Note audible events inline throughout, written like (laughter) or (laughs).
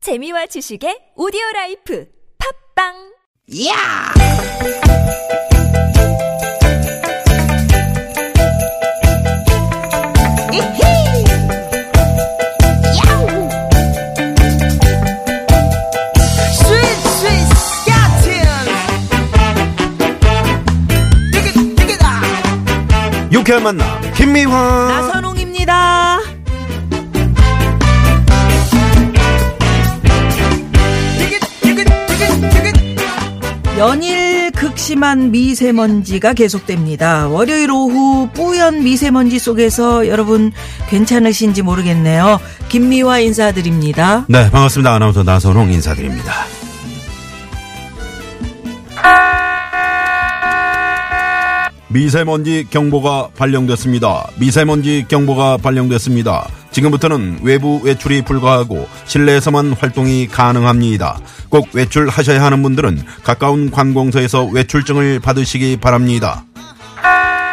재미와 지식의 오디오 라이프 팝빵 야! 이히! 야우! 스윗, 스윗, 야틴! 띠깃, 띠깃아! 유쾌한 만남 김미화 나선홍입니다. 띠깃, 띠깃, 띠깃, 띠깃! 연일 극심한 미세먼지가 계속됩니다. 월요일 오후 뿌연 미세먼지 속에서 여러분 괜찮으신지 모르겠네요. 김미화 인사드립니다. 네 반갑습니다 아나운서 나선홍 인사드립니다 미세먼지 경보가 발령됐습니다 미세먼지 경보가 발령됐습니다 지금부터는 외부 외출이 불가하고 실내에서만 활동이 가능합니다 꼭 외출하셔야 하는 분들은 가까운 관공서에서 외출증을 받으시기 바랍니다 아,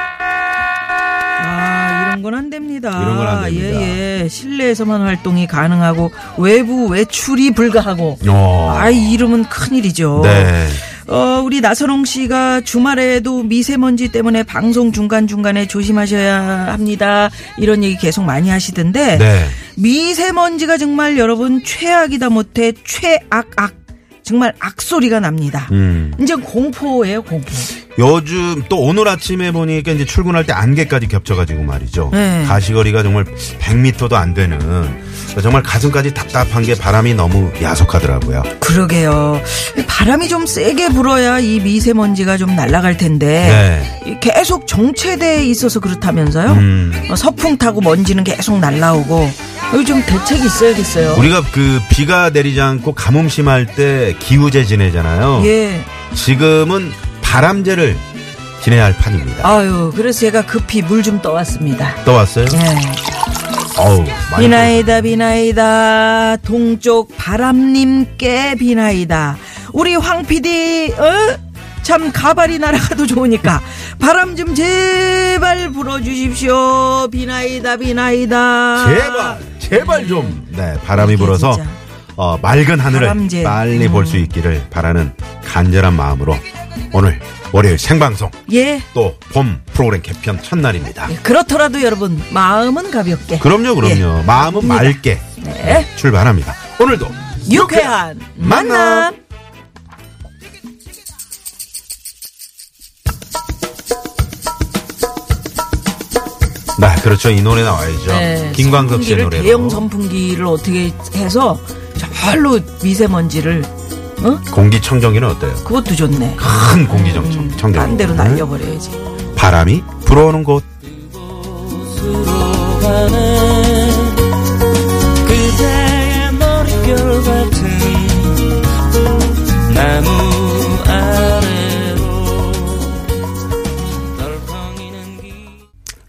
이런 건 안 됩니다. 이런 건안 됩니다. 예, 예. 실내에서만 활동이 가능하고 외부 외출이 불가하고. 어. 아, 이름은 큰일이죠. 네 어, 우리 나선홍 씨가 주말에도 미세먼지 때문에 방송 중간중간에 조심하셔야 합니다. 이런 얘기 계속 많이 하시던데. 네. 미세먼지가 정말 여러분 최악이다 못해 최악악. 정말 악소리가 납니다. 음. 이제 공포예요, 공포. 요즘 또 오늘 아침에 보니까 이제 출근할 때 안개까지 겹쳐가지고 말이죠. 네. 가시거리가 정말 100m도 안 되는 정말 가슴까지 답답한 게 바람이 너무 야속하더라고요. 그러게요. 바람이 좀 세게 불어야 이 미세먼지가 좀 날아갈 텐데. 네. 이 계속 정체돼 있어서 그렇다면서요? 음. 어, 서풍 타고 먼지는 계속 날라오고 여기 좀 대책이 있어야겠어요. 우리가 그 비가 내리지 않고 가뭄 심할 때 기우제 지내잖아요. 예. 지금은 바람제를 지내야 할 판입니다. 아유, 그래서 제가 급히 물 좀 떠왔습니다. 떠왔어요? 예. 어우, 많이 비나이다, 비나이다. 동쪽 바람님께 비나이다. 우리 황 PD, 어? 참 가발이 (laughs) 날아가도 좋으니까 바람 좀 제발 불어주십시오. 비나이다, 비나이다. 제발 제발 좀. 네 바람이 아. 이게 불어서 진짜. 어, 맑은 하늘을 바람제. 음. 빨리 볼 수 있기를 바라는 간절한 마음으로 오늘 월요일 생방송 예. 또 봄 프로그램 개편 첫날입니다. 그렇더라도 여러분 마음은 가볍게. 예. 그럼요 그럼요 마음은 맑게 네, 출발합니다. 오늘도 네, 유쾌한 만남. 네 그렇죠 이 노래 나와야죠. 네, 김광석 씨의 선풍기를, 노래로 대형 선풍기를 어떻게 해서 절로 미세먼지를 어? 공기청정기는 어때요? 그것도 좋네. 큰 공기청정기 네. 반대로 음, 날려버려야지. 바람이 불어오는 곳 그대의 머릿결 같은 나무 아래로 덜컹이는 길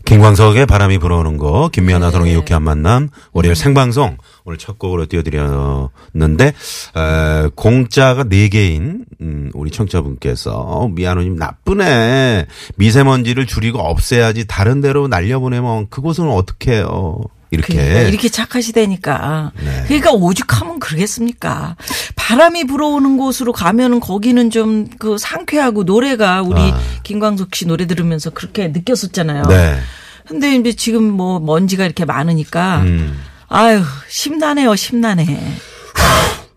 김광석의 바람이 불어오는 거, 김미연 나선홍의 유쾌한 만남, 월요일 생방송, 오늘 첫 곡으로 띄워드렸는데, 에, 공짜가 네개인 음, 우리 청자분께서, 어, 미아노님 나쁘네. 미세먼지를 줄이고 없애야지 다른 데로 날려보내면 그곳은 어떻게 해요? 이렇게. 그러니까 이렇게 착하시다니까. 네. 그러니까 오죽하면 그러겠습니까. 바람이 불어오는 곳으로 가면은 거기는 좀 그 상쾌하고 노래가 우리 아. 김광석 씨 노래 들으면서 그렇게 느꼈었잖아요. 네. 근데 이제 지금 뭐 먼지가 이렇게 많으니까 음, 아유 심란해요 심란해.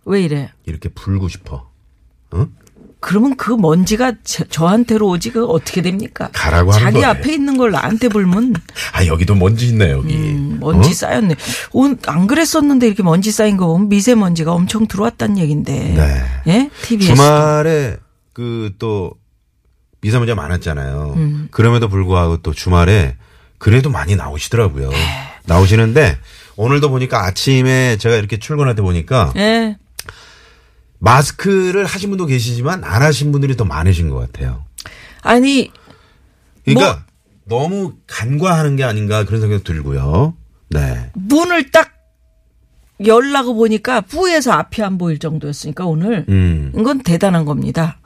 왜 이래? 이렇게 불고 싶어. 그러면 그 먼지가 저, 저한테로 오지 그 어떻게 됩니까? 가라고 하는 자기 거네. 앞에 있는 걸 나한테 불면 아, 여기도 먼지 있네, 여기. 어? 먼지 쌓였네. 온- 안 그랬었는데 이렇게 먼지 쌓인 거 보면 미세먼지가 엄청 들어왔다는 얘긴데. 네. 예? TBS. 주말에 그 또 미세먼지가 많았잖아요. 그럼에도 불구하고 또 주말에 그래도 많이 나오시더라고요. 나오시는데 오늘도 보니까 아침에 제가 이렇게 출근할 때 보니까 예. 마스크를 하신 분도 계시지만 안 하신 분들이 더 많으신 것 같아요. 아니 그러니까 너무 간과하는 게 아닌가 그런 생각도 들고요. 네. 문을 딱 열라고 보니까 부에서 앞이 안 보일 정도였으니까 오늘 음. 이건 대단한 겁니다.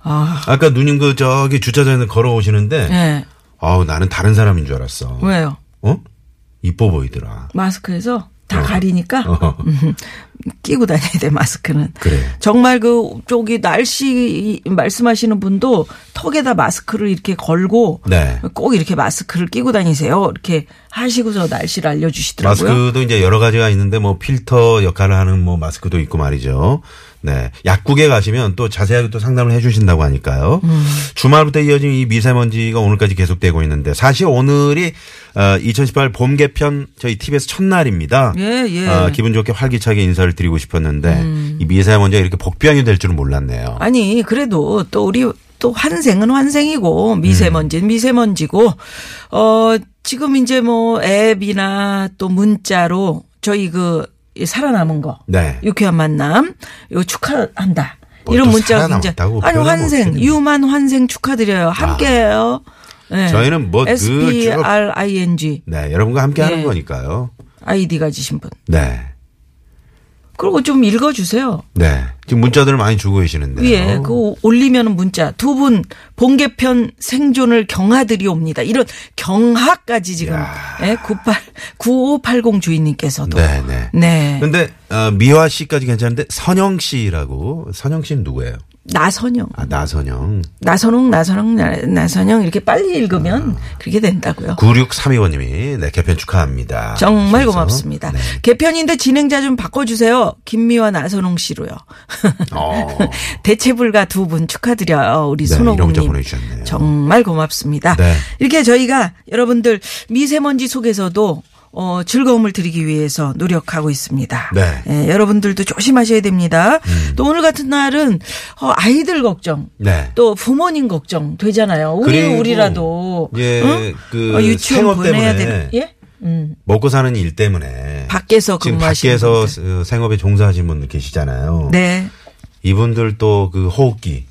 아, 아까 누님 그 저기 주차장에 걸어오시는데 예. 아우 나는 다른 사람인 줄 알았어. 왜요? 어? 이뻐 보이더라. (laughs) 마스크에서 다 가리니까 어. 끼고 다녀야 돼 마스크는. 그래요. 정말 그 저기 날씨 말씀하시는 분도 턱에다 마스크를 이렇게 걸고 네. 꼭 이렇게 마스크를 끼고 다니세요. 이렇게 하시고서 날씨를 알려주시더라고요. 마스크도 이제 여러 가지가 있는데 뭐 필터 역할을 하는 뭐 마스크도 있고 말이죠. 네. 약국에 가시면 또 자세하게 또 상담을 해 주신다고 하니까요. 음. 주말부터 이어진 이 미세먼지가 오늘까지 계속되고 있는데 사실 오늘이 2018 봄 개편 저희 TBS 첫날입니다. 예, 예. 음. 어, 기분 좋게 활기차게 인사를 드리고 싶었는데 이 미세먼지가 이렇게 복병이 될 줄은 몰랐네요. 아니 그래도 또 우리 또 환생은 환생이고 미세먼지는 음. 미세먼지고 어 지금 이제 뭐 앱이나 또 문자로 저희 그이 살아남은 거 네. 유쾌한 만남 이거 축하한다. 뭘또뭐 이런 문자가 굉장히 살아남았다고 아니 표현을 환생 못했네. 유만 환생 축하드려요. 함께해요. 네. 아, 저희는 뭐늘 그 S P R I N G 네, 여러분과 함께 하는 예. 거니까요. 아이디 가지신 분. 네. 그리고 좀 읽어주세요. 네. 지금 문자들을 많이 주고 계시는데. 위에 그 올리면은 문자 두 분 본개편 생존을 경하드리옵니다. 이런 경하까지 지금 예, 98 9580 주인님께서도 네, 네. 네. 근데 어, 미화 씨까지 괜찮은데 선영 씨라고 선영 씨는 누구예요? 나선영 아 나선영 나선홍 나선홍 나, 나선영 이렇게 빨리 읽으면 아. 그렇게 된다고요. 9632번님이 네 개편 축하합니다. 정말 하셔서. 고맙습니다. 네. 개편인데 진행자 좀 바꿔주세요. 김미화 나선홍 씨로요. (laughs) 어, 대체불가 두 분 축하드려요. 우리 네, 이런 문자 손호공님. 보내주셨네요. 정말 고맙습니다. 네. 이렇게 저희가 여러분들 미세먼지 속에서도 어, 즐거움을 드리기 위해서 노력하고 있습니다. 네. 음. 예, 여러분들도 조심하셔야 됩니다. 또 오늘 같은 날은 어, 아이들 걱정, 네. 또 부모님 걱정 되잖아요. 우리 그리고 우리라도 예, 응? 그 어, 유치원 생업 때문에 보내야 되는 예? 음. 먹고 사는 일 때문에 밖에서 지금 근무하시는 밖에서 분들. 어, 생업에 종사하신 분들 계시잖아요. 네. 이분들 또 그 호흡기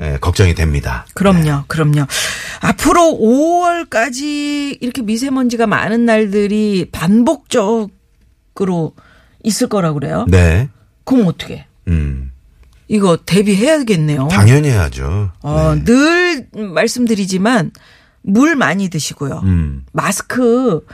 예, 걱정이 됩니다. 음. 그럼요, 그럼요. 앞으로 5월까지 이렇게 미세먼지가 많은 날들이 반복적으로 있을 거라고 그래요. 네. 그럼 어떻게? 음. 이거 대비해야겠네요. 당연히 해야죠. 어, 네. 늘 말씀드리지만 물 많이 드시고요. 음. 마스크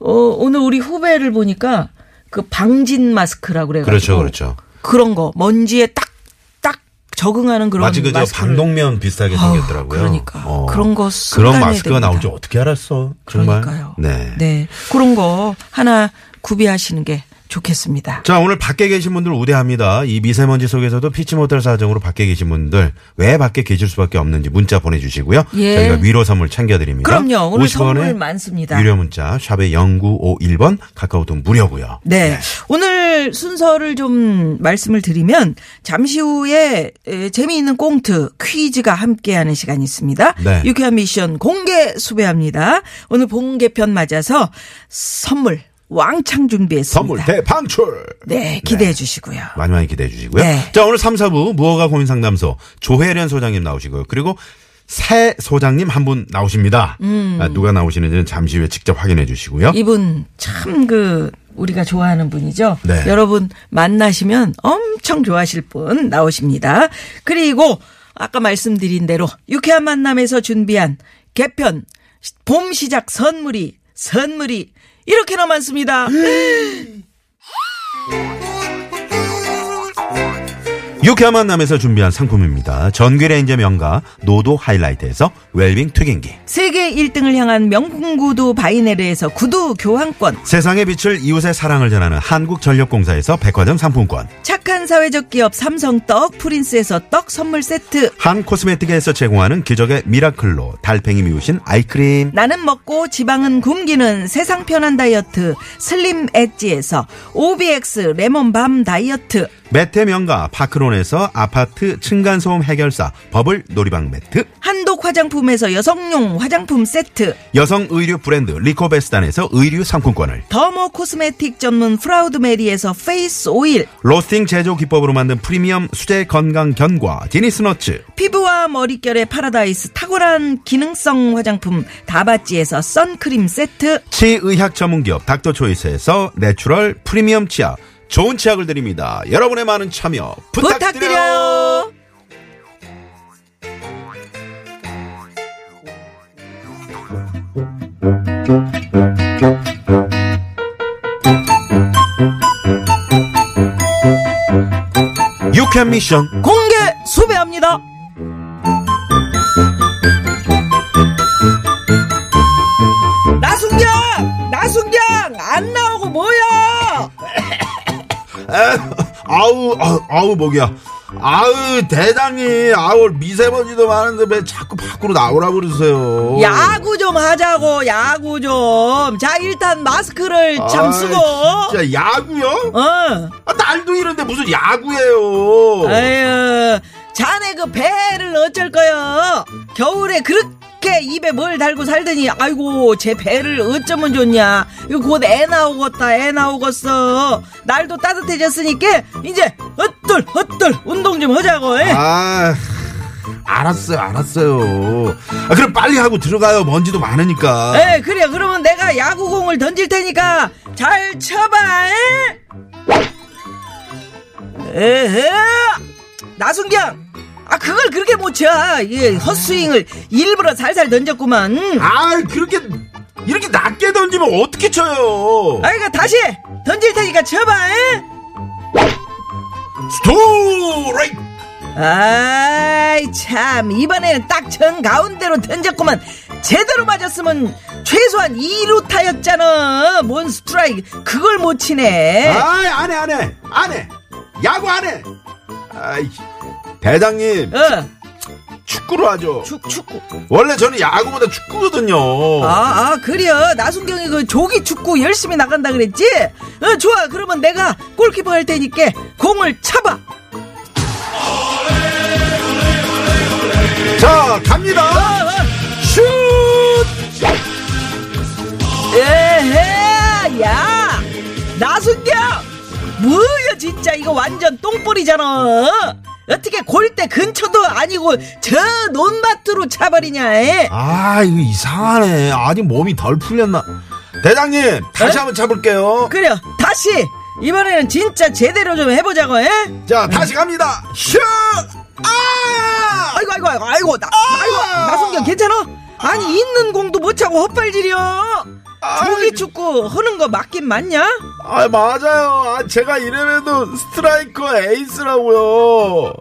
어, 오늘 우리 후배를 보니까 그 방진 마스크라고 그래 그렇죠, 가지고 그렇죠. 그런 거 먼지에 딱딱 적응하는 그런 마치 그저 마스크를 방독면 비슷하게 아우, 생겼더라고요. 어. 그러니까. 그런 거 그런 순간에 마스크가 됩니다. 나올 줄 어떻게 알았어? 정말. 그러니까요. 네. 그런 거 하나 구비하시는 게 좋겠습니다. 자 오늘 밖에 계신 분들 우대합니다. 이 미세먼지 속에서도 피치 못할 사정으로 밖에 계신 분들 왜 밖에 계실 수밖에 없는지 문자 보내주시고요. 예. 저희가 위로 선물 챙겨드립니다. 그럼요. 오늘 50 원의 선물 많습니다. 유료 문자 샵의 0951번 카카오톡 무료고요. 네. 오늘 순서를 좀 말씀을 드리면 잠시 후에 에, 재미있는 꽁트 퀴즈가 함께하는 시간이 있습니다. 네. 유쾌한 미션 공개 수배합니다. 오늘 본개편 맞아서 선물 왕창 준비했습니다. 선물 대방출. 네, 기대해 주시고요. 많이 많이 기대해 주시고요. 네. 자, 오늘 3, 4부 무허가 고민 상담소 조혜련 소장님 나오시고요. 그리고 새 소장님 한 분 나오십니다. 아, 누가 나오시는지는 잠시 후에 직접 확인해 주시고요. 음. 이분 참 그 우리가 좋아하는 분이죠. 네. 여러분 만나시면 엄청 좋아하실 분 나오십니다. 그리고 아까 말씀드린 대로 유쾌한 만남에서 준비한 개편 봄 시작 선물이 선물이 이렇게나 많습니다. 유쾌한 만남에서 준비한 상품입니다. 전기레인저 명가 노도 하이라이트에서 웰빙 튀김기. 세계 1등을 향한 명품 구두 바이네르에서 구두 교환권, 세상의 빛을 이웃의 사랑을 전하는 한국전력공사에서 백화점 상품권. 착한 사회적 기업 삼성 떡 프린스에서 떡 선물 세트, 한 코스메틱에서 제공하는 기적의 미라클로 달팽이 미우신 아이크림. 나는 먹고 지방은 굶기는 세상 편한 다이어트 슬림 엣지에서 OBX 레몬밤 다이어트 매트 명가 파크론에서 아파트 층간소음 해결사 버블 놀이방 매트. 한독 화장품에서 여성용 화장품 세트 여성 의류 브랜드 리코베스단에서 의류 상품권을 더모 코스메틱 전문 프라우드메리에서 페이스 오일 로스팅 제조 기법으로 만든 프리미엄 수제 건강 견과 디니스너츠 피부와 머릿결의 파라다이스 탁월한 기능성 화장품 다바찌에서 선크림 세트 치의학 전문기업 닥터초이스에서 내추럴 프리미엄 치약 좋은 치약을 드립니다 여러분의 많은 참여 부탁드려요 부탁드려요 유쾌한 미션. 공개 수배합니다. 나순경! 나순경! 안 나오고 뭐야! 아우, 아우, 아우, 목이야. 아우, 대장님. 아우, 미세먼지도 많은데 왜 자꾸 밖으로 나오라고 그러세요. 야구 좀 하자고, 야구 좀. 자, 일단 마스크를 잠 쓰고. 아, 진짜 야구요? 어. 아, 날도 이런데 무슨 야구예요? 아유, 자네 그 배를 어쩔 거요? 겨울에 그렇게 입에 뭘 달고 살더니, 아이고, 제 배를 어쩌면 좋냐. 이거 곧 애 나오겠다, 애 나오겠어. 날도 따뜻해졌으니까, 이제, 헛들, 헛들, 운동 좀 하자고. 예? 에? 아, 알았어요, 알았어요. 아, 그럼 빨리 하고 들어가요. 먼지도 많으니까. 에, 네, 그래. 그러면 내가 야구공을 던질 테니까, 잘 쳐봐, 에? 에헤! 나순경! 아, 그걸 그렇게 못 쳐. 예, 헛스윙을 일부러 살살 던졌구만. 아, 그렇게 이렇게 낮게 던지면 어떻게 쳐요? 아이가 다시 던질 테니까 쳐봐. 에? 스트라이크. 아이 참 이번에는 딱 전 가운데로 던졌구만. 제대로 맞았으면 최소한 2루타였잖아. 뭔 스트라이크 그걸 못 치네. 아이, 안 해, 안 해, 안 해. 야구 안 해. 아이, 대장님 어, 축구로 하죠. 축 축구. 원래 저는 야구보다 축구거든요. 아, 아 그래요. 나순경이 그 조기 축구 열심히 나간다 그랬지. 어, 좋아. 그러면 내가 골키퍼 할 테니까 공을 쳐봐. 자, 아, 갑니다. 슛. 에헤 야 나순경 뭐야 진짜 이거 완전 똥볼이잖아 어떻게 골대 근처도 아니고 저 논밭으로 차버리냐 에? 아, 이거 이상하네. 아직 몸이 덜 풀렸나? 대장님 다시 에? 한번 쳐볼게요. 그래 다시 이번에는 진짜 제대로 좀 해보자고 에? 자, 다시 갑니다. 슛. 아! 아이고 아이고 아이고 아이고 나, 아이고 나순경 괜찮아? 아니 있는 공도 못 차고 헛발질이야 그- 조기 축구 하는 거 맞긴 맞냐? 아 맞아요. 아, 제가 이래봬도 스트라이커 에이스라고요.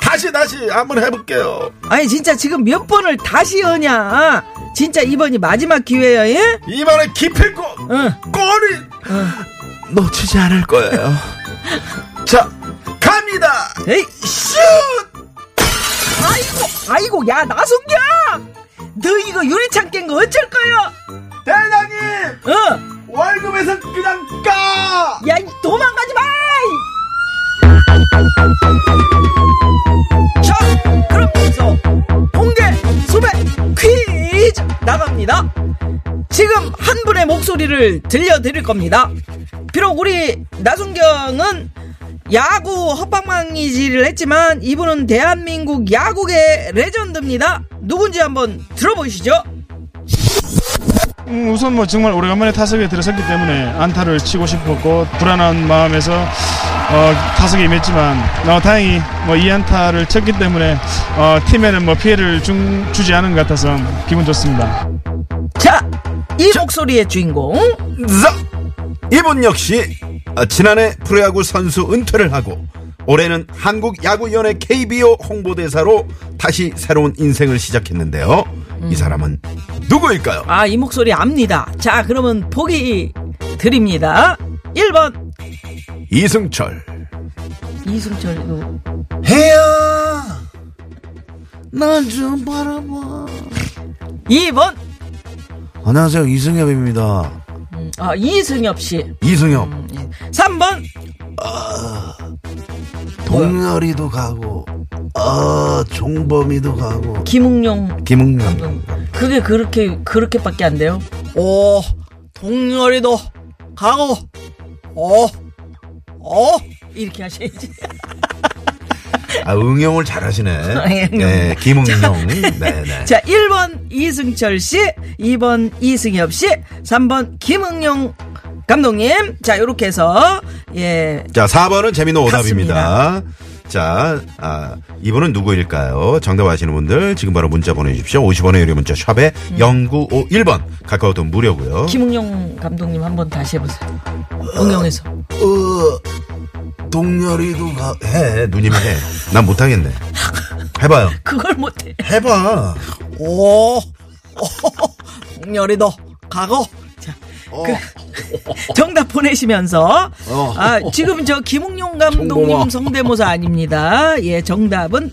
다시 다시 한번 해볼게요. 아니 진짜 지금 몇 번을 다시 하냐 진짜 이번이 마지막 기회야 예? 어, 이번에 기필코 응. 골이 놓치지 않을 거예요. (laughs) 자 갑니다. 에이, 슛! 아이고, 아이고, 야, 나순경! 너 이거 유리창 깬 거 어쩔 거야? 대장님 어, 월급에서 그냥 까. 야, 이 도망가지 마! 자, 그럼 여기서 공개 수배 퀴즈 나갑니다. 지금 한 분의 목소리를 들려드릴 겁니다. 비록 우리 나순경은 야구 헛방망이질을 했지만 이분은 대한민국 야구계 레전드입니다. 누군지 한번 들어보시죠. 음, 우선 뭐 정말 오래간만에 타석에 들어섰기 때문에 안타를 치고 싶었고 불안한 마음에서 어, 타석에 임했지만 어, 다행히 뭐이 안타를 쳤기 때문에 어, 팀에는 뭐 피해를 중, 주지 않은 것 같아서 기분 좋습니다. 자, 이 목소리의 주인공 자, 이분 역시 아, 지난해 프로야구 선수 은퇴를 하고 올해는 한국야구위원회 KBO 홍보대사로 다시 새로운 인생을 시작했는데요. 이 사람은 누구일까요? 아, 이 목소리 압니다. 자, 그러면 보기 드립니다. 1번 이승철. 이승철 어. 이거. 해야 날 좀 바라봐. 2번 안녕하세요 이승엽입니다. 음, 아, 이승엽 씨. 이승엽 3번 동열이도 가고 아 종범이도 가고 김웅룡. 김웅남 그게 그렇게 그렇게밖에 안 돼요. 오, 동열이도 가고. 어. 어, 이렇게 하셔야지. 아 응용을 (laughs) 잘하시네. 응용. 네 (laughs) 김웅룡 네네. 자, 1번 이승철 씨, 2번 이승엽 씨, 3번 김응용 감독님. 자, 요렇게 해서 예, 자, 4번은 재미노 오답입니다. 같습니다. 자, 아, 이분은 누구일까요? 정답 아시는 분들 지금 바로 문자 보내주십시오. 50원의 유료 문자 샵에 0951번 카카오톡 어? 무료고요. 김웅용 감독님 한번 다시 해보세요. 응용해서. 어, 동열이도 가- 해 누님이 해난 못하겠네 해봐요 그걸 못해. 해봐 오, 동열이도 가고. 자, 어. 그 (laughs) 정답 보내시면서 아 지금 저 김웅용 감독님 정보마. 성대모사 아닙니다. 예, 정답은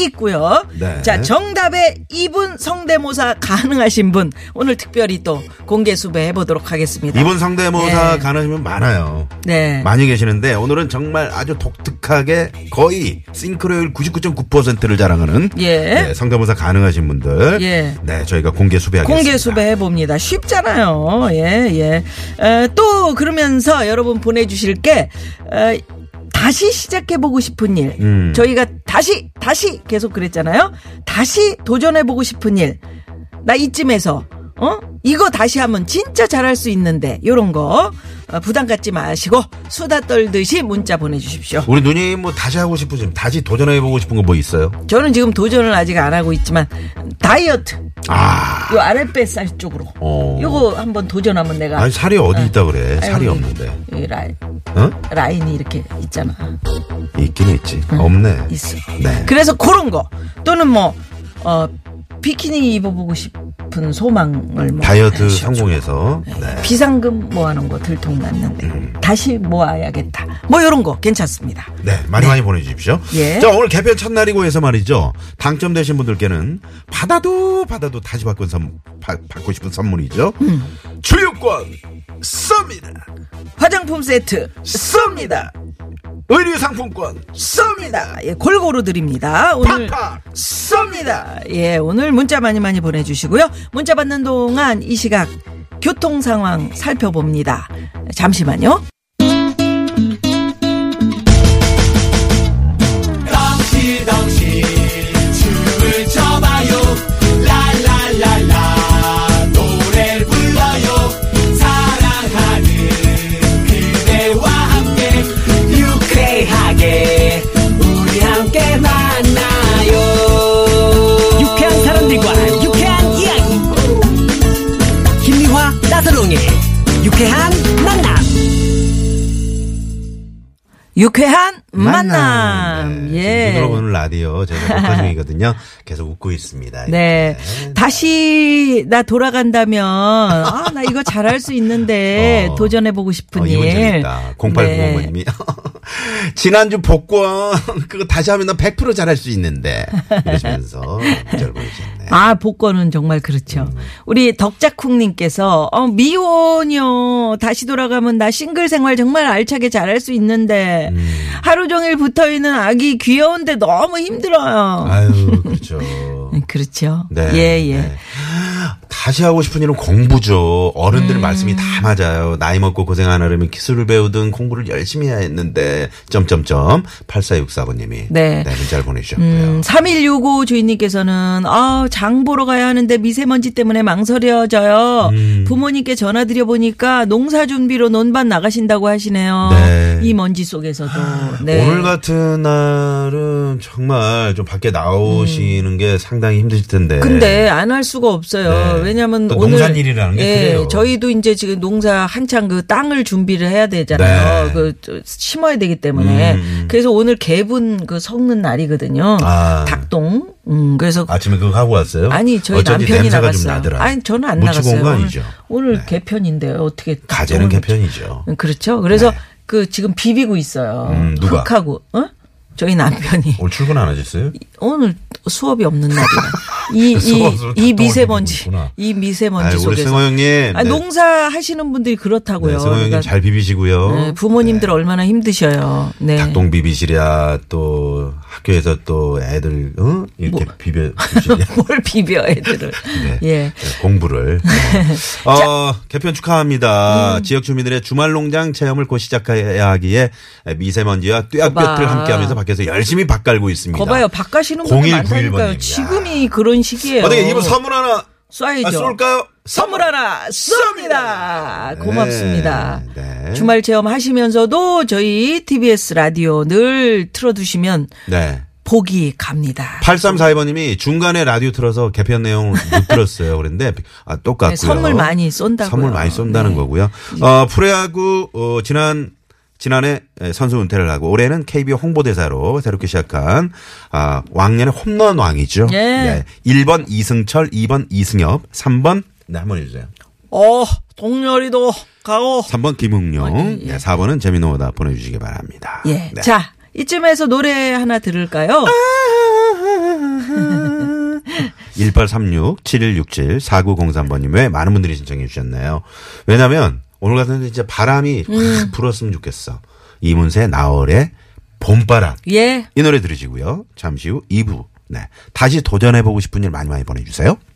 있고요. 네. 자, 정답에 이분 성대모사 가능하신 분 오늘 특별히 또 공개 수배해 보도록 하겠습니다. 이번 상대모사 네. 가능하시면 많아요 네. 많이 계시는데 오늘은 정말 아주 독특하게 거의 싱크로율 99.9%를 자랑하는 예. 네, 성대모사 가능하신 분들 예. 네 저희가 공개 수배하겠습니다. 공개 수배해 봅니다. 쉽잖아요. 예, 예. 에, 또 그러면서 여러분 보내주실 게 에, 다시 시작해 보고 싶은 일. 음. 저희가 다시 다시 계속 그랬잖아요. 다시 도전해 보고 싶은 일. 나 이쯤에서 어 이거 다시 하면 진짜 잘할 수 있는데 요런 거 어, 부담 갖지 마시고 수다 떨듯이 문자 보내주십시오. 우리 누님 뭐 다시 하고 싶으시면 다시 도전해보고 싶은 거 뭐 있어요? 저는 지금 도전을 아직 안 하고 있지만 다이어트 아, 요 아랫뱃살 쪽으로 어. 요거 한번 도전하면 내가 아니 살이 어디 있다 그래? 살이 아이고. 예. 없는데. 이 라인, 어? 라인이 이렇게 있잖아. 있긴 있지. 없네. 음. 있어. 네. 그래서 그런 거 또는 뭐 어, 비키니 입어보고 싶은 소망을 뭐 다이어트 하십시오. 성공해서 네. 음. 비상금 모아놓은 거 들통났는데 다시 모아야겠다. 뭐 이런 거 괜찮습니다. 네, 많이 많이 보내주십시오. 예. 자, 오늘 개편 첫날이고 해서 말이죠. 당첨되신 분들께는 받아도 받아도 다시 받고, 선, 받, 받고 싶은 선물이죠. 음. 출력권 쏩니다. 화장품 세트 쏩니다. 의류 상품권 쏩니다. 예, 골고루 드립니다. 오늘 팍팍 쏩니다. 예, 오늘 문자 많이 많이 보내주시고요. 문자 받는 동안 이 시각 교통 상황 살펴봅니다. 잠시만요. 유쾌한 사람들과 유쾌한 이야기 김미화 나서롱의 유쾌한 만남 유쾌한 예. 만남. 네, 지금 들어보는 라디오 (laughs) 제가 녹화 중이거든요. 계속 웃고 있습니다. 예. 네. 다시 나 돌아간다면 아, 나 이거 잘할 수 있는데 (laughs) 어. 도전해 보고 싶은 어, 이 일. 문제 재밌다. 네. 0805님이 (laughs) 지난주 복권 그거 다시 하면 나 100% 잘할 수 있는데 이러시면서 문자를 보내주셨네. 아, 복권은 정말 그렇죠. 음. 우리 덕자쿵님께서, 어, 미혼이요. 다시 돌아가면 나 싱글 생활 정말 알차게 잘할 수 있는데, 음. 하루 종일 붙어 있는 아기 귀여운데 너무 힘들어요. 아유 그렇죠. 그렇죠. 네. 예, 예. 네. 다시 하고 싶은 일은 공부죠. 어른들 음. 말씀이 다 맞아요. 나이 먹고 고생하려면 기술을 배우든 공부를 열심히 해야 했는데 점점점 8464번님이 네. 음. 문자를 보내주셨고요. 3165 주인님께서는 아, 장 보러 가야 하는데 미세먼지 때문에 망설여져요. 음. 부모님께 전화 드려 보니까 농사 준비로 논밭 나가신다고 하시네요. 네. 아, 이 먼지 속에서도. 네. 오늘 같은 날은 정말 좀 밖에 나오시는 게 상당히 힘드실 텐데. 음. 근데 안 할 수가 없어요. 네. 왜냐면 또 오늘 예, 농산일이라는 게 그래요. 저희도 이제 지금 농사 한창 그 땅을 준비를 해야 되잖아요. 네. 그저 심어야 되기 때문에 음. 그래서 오늘 개분 그 섞는 날이거든요. 아. 닭동. 음 그래서 아침에 그거 하고 왔어요? 아니 저희 어쩐지 남편이 냄새가 나갔어요. 좀 나더라. 아니 저는 안 묻히고 나갔어요. 온거 오늘- 아니죠? 네. 오늘, 개편인데요. 어떻게 가재는 닭똥을 개편이죠. 묻혀- 그렇죠. 그래서 네. 그 지금 비비고 있어요. 음, 누가? 흙하고 어? 저희 남편이 오늘 출근 안 하셨어요? 오늘 수업이 없는 날이야. 이, (laughs) 수업으로 이, 이 작동을 미세먼지, 해주고 있구나. 이 미세먼지 아유, 우리 속에서. 승호 형님. 아, 네. 농사 하시는 분들이 그렇다고요. 네, 승호 형님 그러니까, 잘 비비시고요. 네, 부모님들 얼마나 힘드셔요. 네. 닭똥 비비시랴 또 학교에서 또 애들 응? 이렇게 뭐. 비벼 주시랴. (laughs) 뭘 비벼 애들을. 네. 예. 네, (laughs) 공부를. 어, 어, 개편 축하합니다. 음. 지역 주민들의 주말 농장 체험을 곧 시작해야 하기에 미세먼지와 뙤약볕을 거봐. 함께하면서 밖에서 열심히 밭 갈고 있습니다. 거봐요. 밥 가시는 분들 0191 많다니까요. 번입니다. 지금이 그런 시기예요. 어떻게 이분 선물 하나 쏴야죠. 아, 쏠까요? 선물 하나 쏩니다. 고맙습니다. 네, 네. 주말 체험 하시면서도 저희 TBS 라디오 늘 틀어두시면 네. 복이 갑니다. 8342번님이 중간에 라디오 틀어서 개편 내용을 못 들었어요. 그런데 아, 똑같고요. 네, 선물 많이 네, 쏜다고요. 선물 많이 쏜다는 네. 거고요. 어, 프레야구 어, 지난 지난해 에, 선수 은퇴를 하고 올해는 KBO 홍보대사로 새롭게 시작한 아, 왕년의 홈런 왕이죠. 네. 예. 1번 이승철, 2번 이승엽, 3번 네, 한번 해주세요. 어, 동열이도 가고. 3번 김웅룡, 네, 4번은 재미노다 보내주시기 바랍니다. 아, 예. 네. 자, 이쯤에서 노래 하나 들을까요? (laughs) 1836 7167 4903번님의 많은 분들이 신청해 주셨네요. 왜냐면 오늘 같은 데 진짜 바람이 확 불었으면 좋겠어. 이문세 나월의 봄바람. 예. 이 노래 들으시고요. 잠시 후 2부. 네. 다시 도전해 보고 싶은 일 많이 많이 보내 주세요.